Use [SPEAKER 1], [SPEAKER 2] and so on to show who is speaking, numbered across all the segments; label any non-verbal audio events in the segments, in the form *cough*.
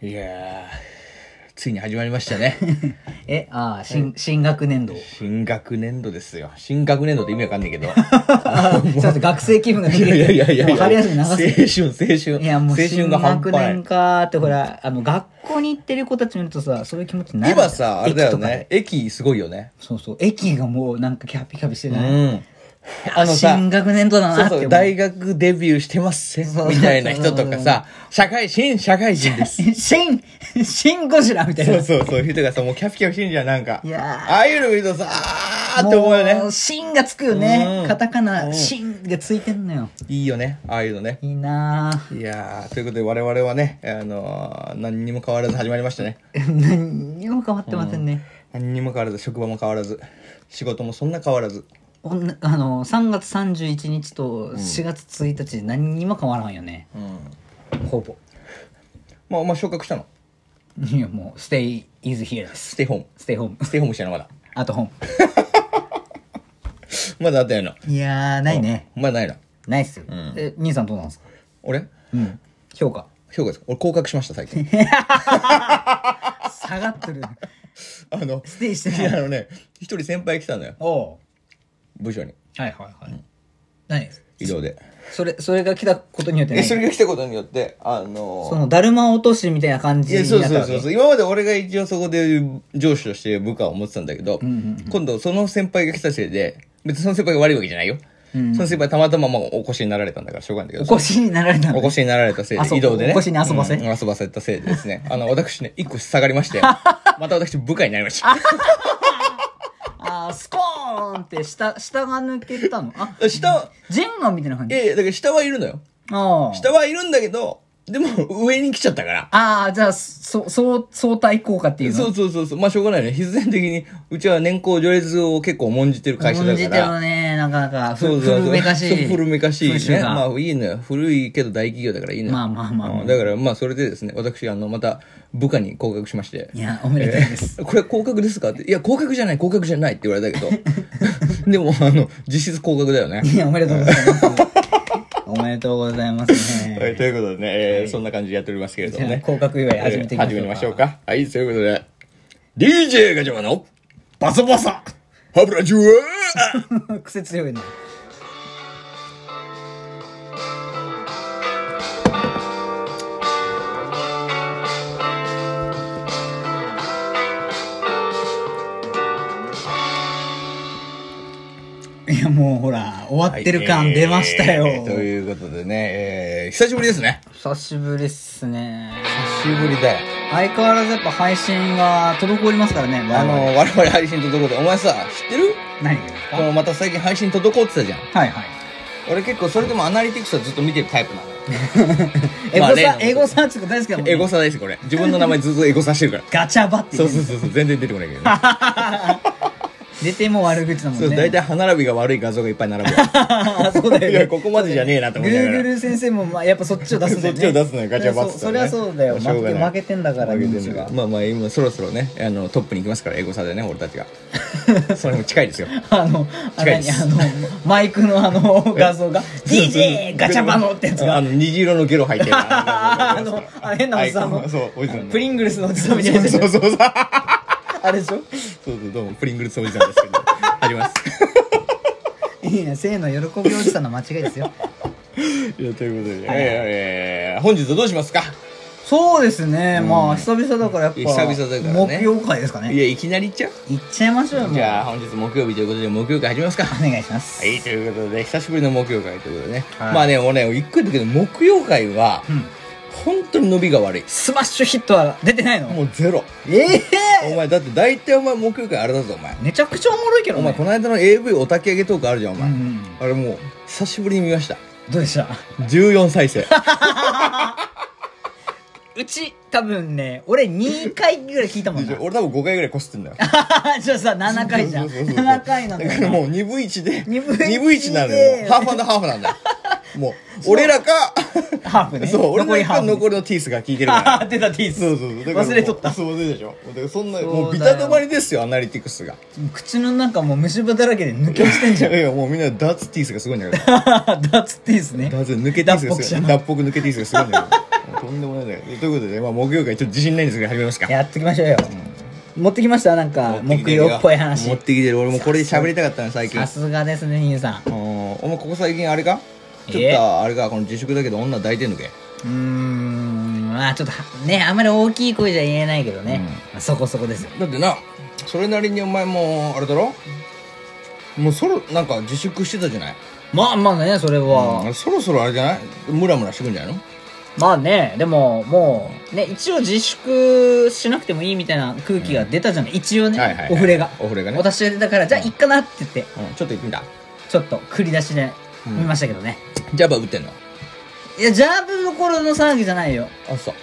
[SPEAKER 1] いやーついに始まりました
[SPEAKER 2] *laughs*
[SPEAKER 1] ね
[SPEAKER 2] え、ああ、新、新学
[SPEAKER 1] *laughs*
[SPEAKER 2] 年度。す
[SPEAKER 1] 新学年度ですよ新学年度って意味わかん
[SPEAKER 2] *laughs*
[SPEAKER 1] ないけどい
[SPEAKER 2] いません、学生気分が出て
[SPEAKER 1] やいやいやいや
[SPEAKER 2] もう春休み長
[SPEAKER 1] 青
[SPEAKER 2] すぎ
[SPEAKER 1] 春青春
[SPEAKER 2] いや、もう
[SPEAKER 1] 青春
[SPEAKER 2] 新
[SPEAKER 1] が半
[SPEAKER 2] 学
[SPEAKER 1] 端ない
[SPEAKER 2] 年かーって、ほら、あの、学校に行ってる子たち見るとさ、そういう気持ちになる。
[SPEAKER 1] 今さあれだよ
[SPEAKER 2] 駅とか
[SPEAKER 1] ね
[SPEAKER 2] で。
[SPEAKER 1] 駅すごいよね
[SPEAKER 2] そうそう、駅がもうなんかキャピキャピして
[SPEAKER 1] う
[SPEAKER 2] ない。
[SPEAKER 1] ん
[SPEAKER 2] あのさ、新学年度だなって
[SPEAKER 1] そう
[SPEAKER 2] 思。
[SPEAKER 1] そうう大学デビューしてますせ
[SPEAKER 2] そう
[SPEAKER 1] みたいな人とかさ社会新社会人
[SPEAKER 2] *laughs*
[SPEAKER 1] です
[SPEAKER 2] 新、新ゴジラみたいな。
[SPEAKER 1] そうそうそういう人がさもうキャピキャピしてんじゃんなんか
[SPEAKER 2] いやー
[SPEAKER 1] ああいうの見るとさあーって思うよね
[SPEAKER 2] もう新がつくよ
[SPEAKER 1] う
[SPEAKER 2] ね
[SPEAKER 1] ん。
[SPEAKER 2] カタカ
[SPEAKER 1] うん
[SPEAKER 2] ナ、新がついてんのよ。
[SPEAKER 1] いいよねああいうのね
[SPEAKER 2] いいなぁ。
[SPEAKER 1] いやーということで我々はね、あのー何にも変わらず始まりましたね
[SPEAKER 2] *laughs* 何にも変わってませんね。
[SPEAKER 1] 何にも変わらず職場も変わらず仕事もそんな変わらず
[SPEAKER 2] おんあの3月31日と4月1日何にも変わらんよね、ほぼ *laughs*
[SPEAKER 1] まあまあ昇格したの
[SPEAKER 2] いやもう Stay is here で
[SPEAKER 1] ス
[SPEAKER 2] す
[SPEAKER 1] テイホーム
[SPEAKER 2] Stay home
[SPEAKER 1] ステイホームしたのまだ
[SPEAKER 2] あと home
[SPEAKER 1] まだあったよない
[SPEAKER 2] やーないね
[SPEAKER 1] まだないな
[SPEAKER 2] ないっすよ、え兄さんどうなんですか
[SPEAKER 1] 俺
[SPEAKER 2] うん評価
[SPEAKER 1] 評価です俺降格しました最
[SPEAKER 2] *laughs*
[SPEAKER 1] 近
[SPEAKER 2] 下がってる
[SPEAKER 1] あの
[SPEAKER 2] ステイして
[SPEAKER 1] いや
[SPEAKER 2] ない
[SPEAKER 1] あのね一人先輩来たのよ
[SPEAKER 2] *laughs* おう
[SPEAKER 1] 部署に
[SPEAKER 2] はいはいはい、何です
[SPEAKER 1] 移動で
[SPEAKER 2] それそれが来たことによって
[SPEAKER 1] え
[SPEAKER 2] ね
[SPEAKER 1] そ
[SPEAKER 2] そ
[SPEAKER 1] れが来たことによってあのー
[SPEAKER 2] のだるま落としみたいな感
[SPEAKER 1] い
[SPEAKER 2] じ
[SPEAKER 1] や
[SPEAKER 2] に
[SPEAKER 1] そう
[SPEAKER 2] なった
[SPEAKER 1] そう
[SPEAKER 2] わけ
[SPEAKER 1] そうそう今まで俺が一応そこで上司として部下を持ってたんだけど、今度その先輩が来たせいで別にその先輩が悪いわけじゃないよ、その先輩たまたままあお越しになられたんだからしょうがないんだけど
[SPEAKER 2] お越しになられた
[SPEAKER 1] お
[SPEAKER 2] の
[SPEAKER 1] 越しになられたせい
[SPEAKER 2] あ
[SPEAKER 1] で
[SPEAKER 2] そう
[SPEAKER 1] 移動でね
[SPEAKER 2] お越しに遊ばせ
[SPEAKER 1] うん遊ばせたせいでです
[SPEAKER 2] *laughs*
[SPEAKER 1] ねあの私ね一個下がりましてまた私部下になりました
[SPEAKER 2] あースコーンって下下が抜けたのあ
[SPEAKER 1] 下
[SPEAKER 2] ジェンガみたいな感
[SPEAKER 1] い
[SPEAKER 2] じ
[SPEAKER 1] やいやだから下はいるのよ
[SPEAKER 2] ああ
[SPEAKER 1] 下はいるんだけどでも上に来ちゃったから
[SPEAKER 2] ああ、じゃあ、そ、そう、相対効果っていうの
[SPEAKER 1] そうそうそうそうまあしょうがないね必然的にうちは年功序列を結構重んじてる会社だ
[SPEAKER 2] 感じ
[SPEAKER 1] か
[SPEAKER 2] てる
[SPEAKER 1] ら
[SPEAKER 2] ね、なかなか。ふ
[SPEAKER 1] そうそうそう
[SPEAKER 2] 古めかしい。
[SPEAKER 1] そう古めかしい
[SPEAKER 2] 風習
[SPEAKER 1] ね
[SPEAKER 2] が
[SPEAKER 1] まあいいのよ古いけど大企業だからいいのよ
[SPEAKER 2] まあまあまあまあ
[SPEAKER 1] うんだからまあそれでですね私あのまた部下に降格しまして
[SPEAKER 2] いや、おめでたいです。
[SPEAKER 1] これ降格ですかって。いや、降格じゃない、降格じゃないって言われたけ
[SPEAKER 2] *laughs*
[SPEAKER 1] ど。でも、あの、実質降格だよね。
[SPEAKER 2] いや、おめでとうござい
[SPEAKER 1] *laughs*
[SPEAKER 2] ます。おめでとうございます
[SPEAKER 1] はい、
[SPEAKER 2] ね。
[SPEAKER 1] ということでね、えーそんな感じでやっておりますけれども
[SPEAKER 2] じゃあ
[SPEAKER 1] ね。
[SPEAKER 2] 降格祝い始めていきましょ
[SPEAKER 1] えー始めましょ
[SPEAKER 2] うか
[SPEAKER 1] うか。はい、ということで、DJ ガチャマのバサバサハブラジュア
[SPEAKER 2] 癖強いな。いや、もうほら、終わってる感 *laughs* 出ましたよ。
[SPEAKER 1] はいえーということでね、えー、久しぶりですね。
[SPEAKER 2] 久しぶりっすね。
[SPEAKER 1] 久しぶりだよ。
[SPEAKER 2] 相変わらずやっぱ配信が滞りますからね。
[SPEAKER 1] あの、我々配信滞って、お前さ、知ってる
[SPEAKER 2] 何がで
[SPEAKER 1] このまた最近配信滞ってたじゃん。
[SPEAKER 2] すかはいはい。
[SPEAKER 1] 俺結構それでもアナリティクスはずっと見てるタイプなのよ。
[SPEAKER 2] エゴ
[SPEAKER 1] まあ例のこと
[SPEAKER 2] サ、エゴサーチが大好きだもんね
[SPEAKER 1] エゴサですこれ自分の名前ずっとエゴサしてるから
[SPEAKER 2] ガチャバって
[SPEAKER 1] そ
[SPEAKER 2] 言
[SPEAKER 1] う
[SPEAKER 2] って
[SPEAKER 1] そうそうそう全然出てこないけどね
[SPEAKER 2] 出ても悪口だもん
[SPEAKER 1] そ
[SPEAKER 2] ね。
[SPEAKER 1] う大体歯並びが悪い画像がいっぱい並ぶ
[SPEAKER 2] *laughs* そうだよね
[SPEAKER 1] いやここまでじゃねえなと思いながら
[SPEAKER 2] Google の先生も、まあ、やっぱそっちを出すんだよね。
[SPEAKER 1] そっちを出すのよガチャバッツ
[SPEAKER 2] そうそりゃそうだよ。負
[SPEAKER 1] しょうが
[SPEAKER 2] け
[SPEAKER 1] ない
[SPEAKER 2] 負けてんだから、
[SPEAKER 1] 負け
[SPEAKER 2] 人
[SPEAKER 1] てん
[SPEAKER 2] 数
[SPEAKER 1] だ
[SPEAKER 2] が
[SPEAKER 1] から。まあまあ今そろそろねあのトップに行きますからエゴサでね俺たちがそれも近いですよ *laughs*
[SPEAKER 2] あの、あ
[SPEAKER 1] 近いで
[SPEAKER 2] 何
[SPEAKER 1] す
[SPEAKER 2] あの、マイクの
[SPEAKER 1] *laughs*
[SPEAKER 2] あの画像が、DJ ガチャバのってやつ
[SPEAKER 1] あ
[SPEAKER 2] が、
[SPEAKER 1] の虹色のゲロ吐いてるあ
[SPEAKER 2] ああの、 *laughs* あの変なおじさんの、
[SPEAKER 1] そうおじさんの
[SPEAKER 2] プリングルスのおじさんみたいな
[SPEAKER 1] そう
[SPEAKER 2] やつ
[SPEAKER 1] そうそうそう
[SPEAKER 2] あれでし
[SPEAKER 1] そ
[SPEAKER 2] ょ
[SPEAKER 1] うそうどうもプリングルスおじさんですけ *laughs* どあります
[SPEAKER 2] いや、性の喜びおじさんの間違いで
[SPEAKER 1] *laughs*
[SPEAKER 2] すよ。
[SPEAKER 1] いやということで、えーえー本日はどうしますか
[SPEAKER 2] そうですね、まあ、久々だからやっぱ、
[SPEAKER 1] 久々だからね
[SPEAKER 2] 木曜会ですか
[SPEAKER 1] い
[SPEAKER 2] ね。
[SPEAKER 1] やいきなりいっちゃう
[SPEAKER 2] 行っちゃいましょうよ、もう
[SPEAKER 1] じゃあ本日木曜日ということで木曜会始めますか
[SPEAKER 2] お願いします。
[SPEAKER 1] はい、ということで、久しぶりの木曜会ということでね。
[SPEAKER 2] はい
[SPEAKER 1] まあね、俺ね、一個言ったけど、木曜会は、本当に伸びが悪い。
[SPEAKER 2] スマッシュヒットは出てないの
[SPEAKER 1] もうゼロ。
[SPEAKER 2] ええ
[SPEAKER 1] お前、だって大体お前木曜会あれだぞ、お前。
[SPEAKER 2] めちゃくちゃおもろいけど、
[SPEAKER 1] お前、
[SPEAKER 2] ね、
[SPEAKER 1] この間の AV お焚き上げトークあるじゃん、お前。
[SPEAKER 2] うんうん
[SPEAKER 1] あれもう、久しぶりに見ました。
[SPEAKER 2] どうでした
[SPEAKER 1] 14再 *laughs* 生。
[SPEAKER 2] うち多分ね俺2回ぐらい聞いたもんな
[SPEAKER 1] 俺多分5回ぐらいこすってんだよ。
[SPEAKER 2] じゃ *laughs* あさ7回じゃん
[SPEAKER 1] そうそうそうそう
[SPEAKER 2] 7回なんだ
[SPEAKER 1] だ
[SPEAKER 2] よ
[SPEAKER 1] から
[SPEAKER 2] な
[SPEAKER 1] もう2分1で、
[SPEAKER 2] 二分一で
[SPEAKER 1] 二分一なのよ。もうハーフハーフなんだよ。
[SPEAKER 2] *laughs*
[SPEAKER 1] もう、俺らか、
[SPEAKER 2] ハーフね
[SPEAKER 1] *laughs* そう、俺
[SPEAKER 2] 残り
[SPEAKER 1] ら
[SPEAKER 2] ハ
[SPEAKER 1] か
[SPEAKER 2] ーフね、
[SPEAKER 1] 残りのティースが効いてる
[SPEAKER 2] *laughs*
[SPEAKER 1] から
[SPEAKER 2] あ。ー出たティース
[SPEAKER 1] そうそうそうだからもう
[SPEAKER 2] 忘れとった
[SPEAKER 1] そうでしょだからそんな
[SPEAKER 2] そうだよ
[SPEAKER 1] もうビタ止まりですよアナリティクスが
[SPEAKER 2] *laughs* 口の中もう虫歯だらけで抜け落ちてん
[SPEAKER 1] い
[SPEAKER 2] じゃん
[SPEAKER 1] やいやもうみんなダーツティースがすごいんだけど
[SPEAKER 2] ダーツティースね
[SPEAKER 1] ダーツ抜けティースがすごい
[SPEAKER 2] 脱北者
[SPEAKER 1] 脱北抜けティースがすごいんだけどとんでもないねということで、まあ、木曜会ちょっと自信ないんですけど始めますか
[SPEAKER 2] やってきましょうよ、持ってきましたなんか
[SPEAKER 1] 持てき
[SPEAKER 2] 木
[SPEAKER 1] てるよ
[SPEAKER 2] 曜っぽい話
[SPEAKER 1] 持ってきてる俺もこれで喋りたかったの最近
[SPEAKER 2] さすがですねヒデさ
[SPEAKER 1] う
[SPEAKER 2] ん
[SPEAKER 1] んお前ここ最近あれか
[SPEAKER 2] え
[SPEAKER 1] ちょっとあれかこの自粛だけど女抱いてんのけ
[SPEAKER 2] うーんまあちょっとはねあんまり大きい声じゃ言えないけどね、まあそこそこですよ
[SPEAKER 1] だってなそれなりにお前もあれだろもうそろなんか自粛してたじゃない
[SPEAKER 2] まあまあねそれは、
[SPEAKER 1] あそろそろあれじゃないムラムラしてくんじゃないの
[SPEAKER 2] まあねでももうね一応自粛しなくてもいいみたいな空気が出たじゃない、一応ね、
[SPEAKER 1] はいはいはい
[SPEAKER 2] お触れが
[SPEAKER 1] お触れがね
[SPEAKER 2] 私は出たからじゃあいっかなって言って
[SPEAKER 1] うんちょっと行ってみた
[SPEAKER 2] ちょっと繰り出しで見ましたけどね、
[SPEAKER 1] ジャバ打ってんの
[SPEAKER 2] いやジャブの頃の騒ぎじゃないよ
[SPEAKER 1] あそう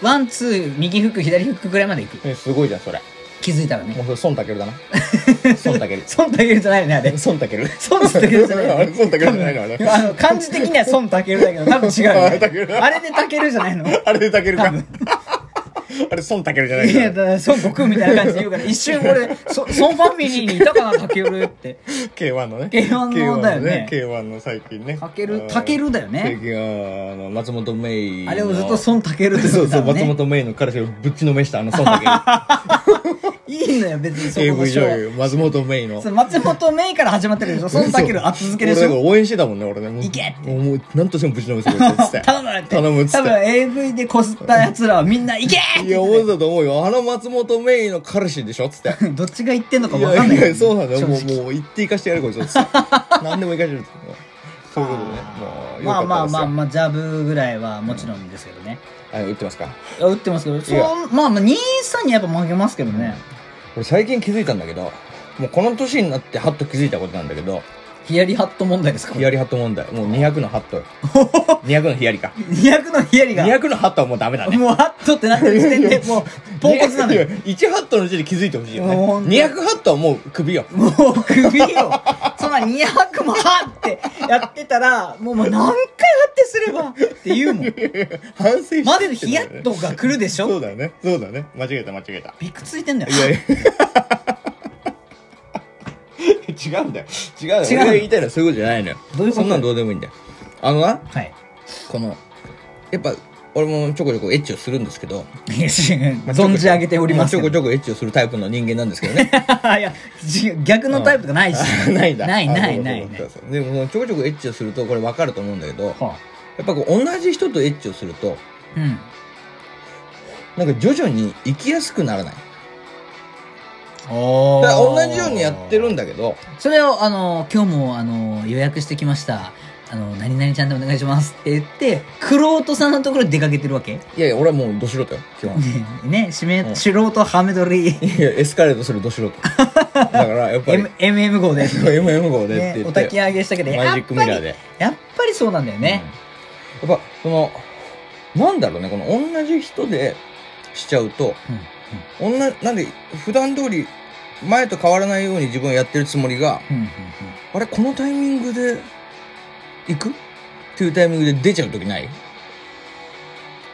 [SPEAKER 2] ワンツー右フック左フックぐらいまで行く
[SPEAKER 1] えすごいじゃんそれ
[SPEAKER 2] 気づいたらね
[SPEAKER 1] もうそれ孫
[SPEAKER 2] *laughs*
[SPEAKER 1] 健だな孫健
[SPEAKER 2] 孫たけるじゃないよねあれ
[SPEAKER 1] 孫健
[SPEAKER 2] 孫たけるじゃないよ
[SPEAKER 1] *laughs* あ
[SPEAKER 2] ね
[SPEAKER 1] れ孫健じゃないの
[SPEAKER 2] *laughs*
[SPEAKER 1] あれ
[SPEAKER 2] あの漢字的には孫たけるだけど多分違う
[SPEAKER 1] *laughs* あタケ
[SPEAKER 2] よ、
[SPEAKER 1] ル
[SPEAKER 2] ね、あれでたけるじゃな
[SPEAKER 1] *laughs*
[SPEAKER 2] いの
[SPEAKER 1] あれで健かあれ孫健じゃない
[SPEAKER 2] い
[SPEAKER 1] か
[SPEAKER 2] や、
[SPEAKER 1] ら
[SPEAKER 2] だから孫悟空みたいな感じで言うから、一瞬俺、そ *laughs* 孫ファミリーにいたかな、かけるって。
[SPEAKER 1] K1 のね
[SPEAKER 2] K1 のだよね
[SPEAKER 1] K1 の最近ね
[SPEAKER 2] かけ
[SPEAKER 1] う
[SPEAKER 2] る、
[SPEAKER 1] ん
[SPEAKER 2] たけるだよ
[SPEAKER 1] 最
[SPEAKER 2] ね。
[SPEAKER 1] 近はあの松本メイの
[SPEAKER 2] あれをずっと孫たけるって
[SPEAKER 1] そ
[SPEAKER 2] 言っ
[SPEAKER 1] うそ
[SPEAKER 2] てた
[SPEAKER 1] う
[SPEAKER 2] の
[SPEAKER 1] 松
[SPEAKER 2] ね。
[SPEAKER 1] 本メイの彼氏をぶっちのめ
[SPEAKER 2] *laughs*
[SPEAKER 1] したあの孫健
[SPEAKER 2] いいのよ、別にそこの
[SPEAKER 1] AV
[SPEAKER 2] 人
[SPEAKER 1] 女
[SPEAKER 2] は
[SPEAKER 1] 優松本メイの
[SPEAKER 2] そう松本メイから始まってるでしょ孫たける後付けでし
[SPEAKER 1] 俺なん
[SPEAKER 2] ょ
[SPEAKER 1] か応援してたもんね俺ねもう
[SPEAKER 2] いけって
[SPEAKER 1] もうなんとしてもぶちのめしてくれっつって
[SPEAKER 2] *laughs* 頼むって。
[SPEAKER 1] 頼むっつって
[SPEAKER 2] 多分 AV でこすった奴らはみんな、いけ
[SPEAKER 1] いや思ってたと思うよあの松本メイの彼氏でしょっつって
[SPEAKER 2] *laughs* どっちが言ってんのか
[SPEAKER 1] い
[SPEAKER 2] わかんない。
[SPEAKER 1] やいやそうなんだよ
[SPEAKER 2] 正
[SPEAKER 1] も
[SPEAKER 2] 直
[SPEAKER 1] うもう言って行かしてやるこいつっつって何でも行かしてるっつって
[SPEAKER 2] *laughs*
[SPEAKER 1] そういうことでねもうよ
[SPEAKER 2] ま
[SPEAKER 1] か
[SPEAKER 2] あまあ
[SPEAKER 1] ったです
[SPEAKER 2] まあ
[SPEAKER 1] よ
[SPEAKER 2] まあ、ジャブぐらいはもちろんですけどね。
[SPEAKER 1] あ打ってますか
[SPEAKER 2] いや打ってますけど、そう
[SPEAKER 1] いや
[SPEAKER 2] まあまあ、兄さんにやっぱ負けますけどね。
[SPEAKER 1] 俺最近気づいたんだけどもうこの年になってハッと気づいたことなんだけど
[SPEAKER 2] ヒヤリハット問題ですか
[SPEAKER 1] ヒヤリハット問題もう200のハッ
[SPEAKER 2] *laughs*
[SPEAKER 1] トよ200のヒヤリか
[SPEAKER 2] 200のヒヤリが、
[SPEAKER 1] 200のハットはもうダメだね
[SPEAKER 2] もうハットってなってる時点で、もう、ポンコツなのよ。
[SPEAKER 1] 1ハットのうちで気づいてほしいよね
[SPEAKER 2] もうほんと
[SPEAKER 1] 200ハットはもう首
[SPEAKER 2] *laughs*
[SPEAKER 1] よ
[SPEAKER 2] もう首よ。そんな200もハッってやってたら、もうもう何回ハッてすればって言うもん。
[SPEAKER 1] 反省してって
[SPEAKER 2] まずヒヤッとが来るでし
[SPEAKER 1] そう
[SPEAKER 2] ょ
[SPEAKER 1] だよねそうだね間違えた間違えた
[SPEAKER 2] びくついてんだよ
[SPEAKER 1] い。やい *laughs* や違うんだよ違うんだよ
[SPEAKER 2] 違
[SPEAKER 1] 俺
[SPEAKER 2] う
[SPEAKER 1] が言いたいのはそういうことじゃないのよ
[SPEAKER 2] どういうこと
[SPEAKER 1] そんなんどうでもいいんだよあのな
[SPEAKER 2] はい。
[SPEAKER 1] このやっぱ俺もちょこちょこエッチをするんですけど
[SPEAKER 2] いや違う存じ上げております
[SPEAKER 1] あちょ
[SPEAKER 2] け
[SPEAKER 1] こ
[SPEAKER 2] ど。
[SPEAKER 1] ちょこエッチをするタイプの人間なんですけど
[SPEAKER 2] *laughs*
[SPEAKER 1] ね
[SPEAKER 2] いや、違う逆のタイプがないし。
[SPEAKER 1] *laughs* ないんだ
[SPEAKER 2] ないないな
[SPEAKER 1] あ
[SPEAKER 2] い
[SPEAKER 1] そうそ
[SPEAKER 2] ない
[SPEAKER 1] うそうそうでもそのちょこちょこエッチをするとこれ分かると思うんだけどや
[SPEAKER 2] は
[SPEAKER 1] っぱこう同じ人とエッチをすると
[SPEAKER 2] あうん。
[SPEAKER 1] なんか徐々に生きやすくならない
[SPEAKER 2] お
[SPEAKER 1] だから同じようにやってるんだけど
[SPEAKER 2] それを、あの、今日も、あの、予約してきました。あの、何々ちゃんでお願いしますって言って、クロートさんのところに出かけてるわけ。
[SPEAKER 1] いやいや俺はもうど素人よ基本
[SPEAKER 2] ねね、しめ、素人ハメ撮り、
[SPEAKER 1] いやエスカレートするど素人だからやっぱり
[SPEAKER 2] *laughs* M、MM 号で、
[SPEAKER 1] MM 号でって
[SPEAKER 2] ね、
[SPEAKER 1] 言
[SPEAKER 2] お
[SPEAKER 1] って、
[SPEAKER 2] 焚き上げしたけど、やっ
[SPEAKER 1] マジ
[SPEAKER 2] ぱり
[SPEAKER 1] ックミラーで、
[SPEAKER 2] やっぱりそうなんだよね。
[SPEAKER 1] うんやっぱそのなんだろうねこの同じ人でしちゃうと
[SPEAKER 2] うん
[SPEAKER 1] 女なんで普段通り前と変わらないように自分はやってるつもりが
[SPEAKER 2] うんうんうん
[SPEAKER 1] あれこのタイミングで行くっていうタイミングで出ちゃう時ない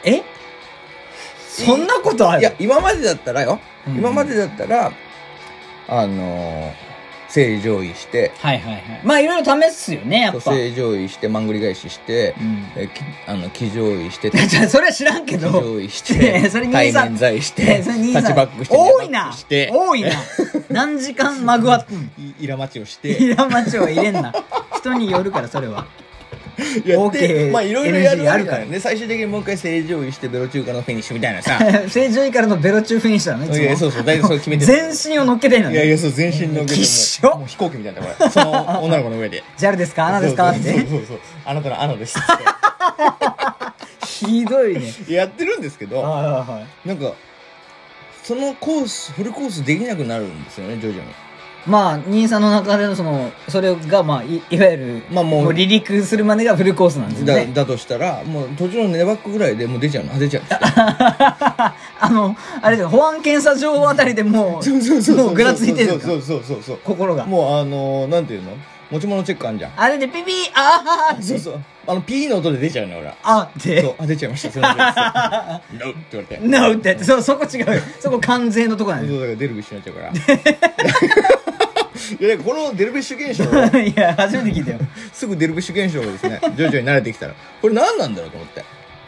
[SPEAKER 2] えそんなことある
[SPEAKER 1] いや今までだったらよ、
[SPEAKER 2] うん
[SPEAKER 1] 今までだったらあのー正常位して
[SPEAKER 2] はいはいはい。まあ、いろいろ試すよね、やっぱ。
[SPEAKER 1] 正常位してまんぐり返しして、
[SPEAKER 2] うん
[SPEAKER 1] えきあの騎乗位して
[SPEAKER 2] *laughs* じゃあそれは知らんけ
[SPEAKER 1] 騎
[SPEAKER 2] ど。
[SPEAKER 1] 乗位
[SPEAKER 2] *laughs*
[SPEAKER 1] し
[SPEAKER 2] いや
[SPEAKER 1] て
[SPEAKER 2] それ
[SPEAKER 1] 対
[SPEAKER 2] 兄さん
[SPEAKER 1] 面在し
[SPEAKER 2] え
[SPEAKER 1] て
[SPEAKER 2] それ兄さん
[SPEAKER 1] タッチバックして
[SPEAKER 2] 多いな
[SPEAKER 1] タッチして *laughs*
[SPEAKER 2] 多いな何時間まぐわっ。
[SPEAKER 1] いイラマチをしてて
[SPEAKER 2] いらまちを入れんな。人によるから、それは。 *laughs*
[SPEAKER 1] やって
[SPEAKER 2] OK
[SPEAKER 1] まあいろいろやる
[SPEAKER 2] NG
[SPEAKER 1] わ
[SPEAKER 2] あ
[SPEAKER 1] け
[SPEAKER 2] る
[SPEAKER 1] じ
[SPEAKER 2] か
[SPEAKER 1] ゃ
[SPEAKER 2] ら
[SPEAKER 1] んね最終的にもう一回正常位してベロ中華のフィニッシュみたいな
[SPEAKER 2] *laughs*
[SPEAKER 1] さ
[SPEAKER 2] 正常位からのベロ中フィニッシュだね、いつも
[SPEAKER 1] いやそうそう大体そう決めてる
[SPEAKER 2] 全身を乗っけてんの
[SPEAKER 1] いやい
[SPEAKER 2] ね。
[SPEAKER 1] やそう全身の上で
[SPEAKER 2] きっしょ
[SPEAKER 1] もうもう飛行機みたいなこれその女の子の上で
[SPEAKER 2] ジャルですか *laughs* 穴ですかっ
[SPEAKER 1] そうそう
[SPEAKER 2] て。
[SPEAKER 1] そうそうあなたの穴ですっ
[SPEAKER 2] ひどいね。 *laughs*
[SPEAKER 1] てやってるんですけど
[SPEAKER 2] はいはいはい。
[SPEAKER 1] なんかそのコースフルコースできなくなるんですよね徐々に
[SPEAKER 2] まあ、兄さんの中でのその、それが、まあ、いいわゆる、
[SPEAKER 1] まあもう
[SPEAKER 2] 離陸するまでがフルコースなんですよ
[SPEAKER 1] だ
[SPEAKER 2] ね。
[SPEAKER 1] だとしたらもう途中のネバックぐらいでもう出ちゃうのあ出ちゃう
[SPEAKER 2] あの、あれだよ、保安検査場あたりでもう、もうぐらついてるのか
[SPEAKER 1] そうそうそうそうそう
[SPEAKER 2] 心が。
[SPEAKER 1] もうあのー、なんていうの持ち物チェックあんじゃん
[SPEAKER 2] あれでピピー、あー
[SPEAKER 1] そうそうあのピーの音で出ちゃうの俺は
[SPEAKER 2] あって。
[SPEAKER 1] そうあ出ちゃいましたすい *laughs* ません No って言われて
[SPEAKER 2] なうってやつそうそこ違うよそこ関税のとこなん
[SPEAKER 1] そ
[SPEAKER 2] よ
[SPEAKER 1] うだから出るべしになっちゃうから *laughs* いやこのデルベッシュ現象 *laughs* を
[SPEAKER 2] *laughs* いや初めて聞いたよ
[SPEAKER 1] すぐデルベッシュ現象がですね徐々に慣れてきたらこれ何なんだろうと思って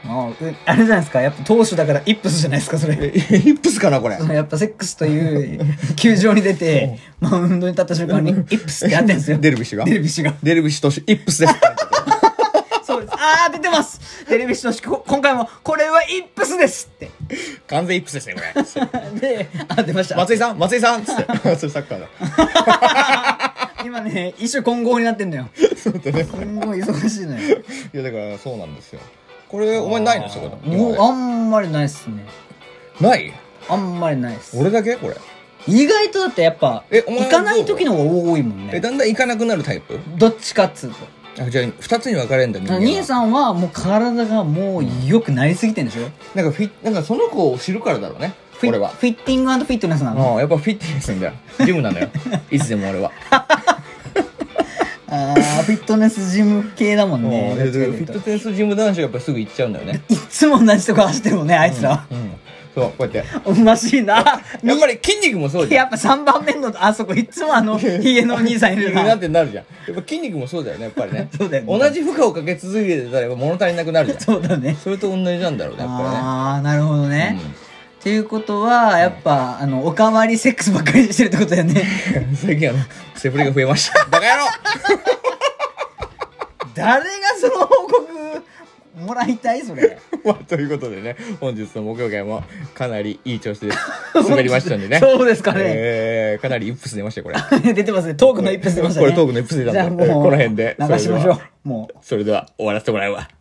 [SPEAKER 2] ああえあれじゃないですかやっぱ投手だからイップスじゃないですかそれ
[SPEAKER 1] えヒップスかな、これ
[SPEAKER 2] そ。のやっぱセックスという球場に出てマウンドに立った瞬間にイップスってあったんですよ
[SPEAKER 1] デルビッシュが
[SPEAKER 2] デルビッシュが
[SPEAKER 1] デルビッシュ投手、イップスです。
[SPEAKER 2] そうですああ出てますデルビッシュのしこ今回もこれはイップスですって
[SPEAKER 1] *laughs* 完全イップスですね、これ。
[SPEAKER 2] であ出ました
[SPEAKER 1] *laughs* 松井さん松井さんっつ *laughs* って。それサッカーだ。
[SPEAKER 2] 今ね一種混合になってんのよ
[SPEAKER 1] そうだね。
[SPEAKER 2] 混合忙しいのよ
[SPEAKER 1] いや、だからそうなんですよ。これ、お前ないのそういうこと
[SPEAKER 2] もうあんまりないっすね
[SPEAKER 1] ない
[SPEAKER 2] あんまりないっす
[SPEAKER 1] 俺だけこれ。
[SPEAKER 2] 意外とだってやっぱ
[SPEAKER 1] えお前は
[SPEAKER 2] 行かない時の方が多いもん
[SPEAKER 1] え、
[SPEAKER 2] ね
[SPEAKER 1] だんだん行かなくなるタイプ
[SPEAKER 2] どっちかっつうと
[SPEAKER 1] あ、じゃあ、二つに分かれんだ、みんな。
[SPEAKER 2] 兄さんはもう体がもう良くなりすぎてんでしょ
[SPEAKER 1] なんかフィなんかその子を知るからだろうね。
[SPEAKER 2] フィ
[SPEAKER 1] 俺は。
[SPEAKER 2] フィッティングフィットネスなの
[SPEAKER 1] うん、やっぱフィットネスなんだよ。ジムなの
[SPEAKER 2] *laughs*
[SPEAKER 1] よ。いつでも俺は。
[SPEAKER 2] あーフィットネスジム系だもん
[SPEAKER 1] うん
[SPEAKER 2] ね
[SPEAKER 1] で
[SPEAKER 2] どっち
[SPEAKER 1] でフィッ
[SPEAKER 2] かというと
[SPEAKER 1] トネスジム男子がやっぱすぐ行っちゃうんだよ
[SPEAKER 2] *laughs*
[SPEAKER 1] ね。
[SPEAKER 2] いつも同じとこ走ってるもんねあいつらは
[SPEAKER 1] うん。そう、こうやって。
[SPEAKER 2] おましいな
[SPEAKER 1] やっぱり筋肉もそうじゃん。
[SPEAKER 2] やっぱ3番目のあそこいつもあのヒゲのお兄さんいる
[SPEAKER 1] な
[SPEAKER 2] なん
[SPEAKER 1] てなるじゃん。やっぱ筋肉もそうだよね、やっぱりね。
[SPEAKER 2] *laughs* そうだよね
[SPEAKER 1] 同じ負荷をかけ続けてたらやっぱ物足りなくなるじゃん。
[SPEAKER 2] そうだね
[SPEAKER 1] それと同じなんだろうね、やっぱ
[SPEAKER 2] ああなるほど
[SPEAKER 1] り
[SPEAKER 2] ね
[SPEAKER 1] ね。
[SPEAKER 2] っていうことはやっぱあのおかわりセックスばっかりしてるってことだよね
[SPEAKER 1] うん。 *laughs* 最近あの、セフレが増えま
[SPEAKER 2] *laughs*
[SPEAKER 1] した。バカ野郎
[SPEAKER 2] 誰がその報告もらいたい
[SPEAKER 1] *laughs*
[SPEAKER 2] それ
[SPEAKER 1] まあ、ということでね、本日の木曜会もかなりいい調子
[SPEAKER 2] *laughs*
[SPEAKER 1] で滑りましたんでね。
[SPEAKER 2] そうですかね
[SPEAKER 1] えー、かなりイップス出ましたよ、これ。
[SPEAKER 2] 出てますねトークの一筆出ましたね
[SPEAKER 1] これトークの一筆出たんだ
[SPEAKER 2] じゃあもう
[SPEAKER 1] この辺で
[SPEAKER 2] 流しま
[SPEAKER 1] そ
[SPEAKER 2] し
[SPEAKER 1] れ
[SPEAKER 2] ょ
[SPEAKER 1] では
[SPEAKER 2] うもう
[SPEAKER 1] それでは終わらせてもらうわ。
[SPEAKER 3] 「